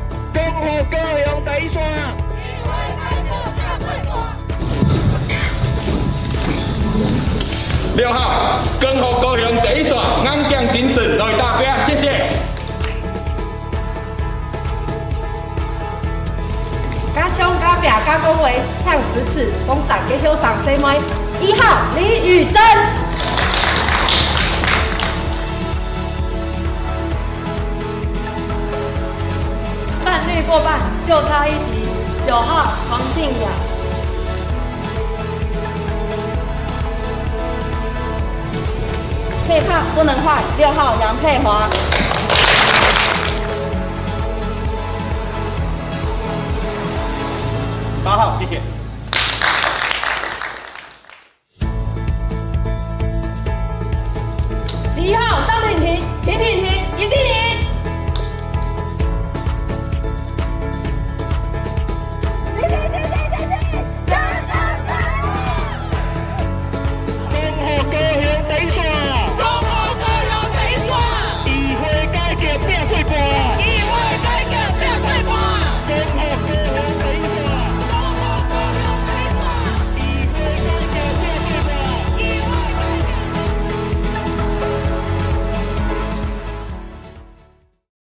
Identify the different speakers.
Speaker 1: 護教養底線。
Speaker 2: 六号，更好高雄第一线安江精神来大家，谢谢。
Speaker 3: 嘎胸嘎表嘎恭维，唱十次，公赏给休赏 C 麦。一号李宇珍，半绿过半，就差一级。九号黄静雅，配号不能换。六号杨佩华。
Speaker 2: 八号，谢谢。
Speaker 3: 十一号张婷婷，秦婷婷，林婷婷。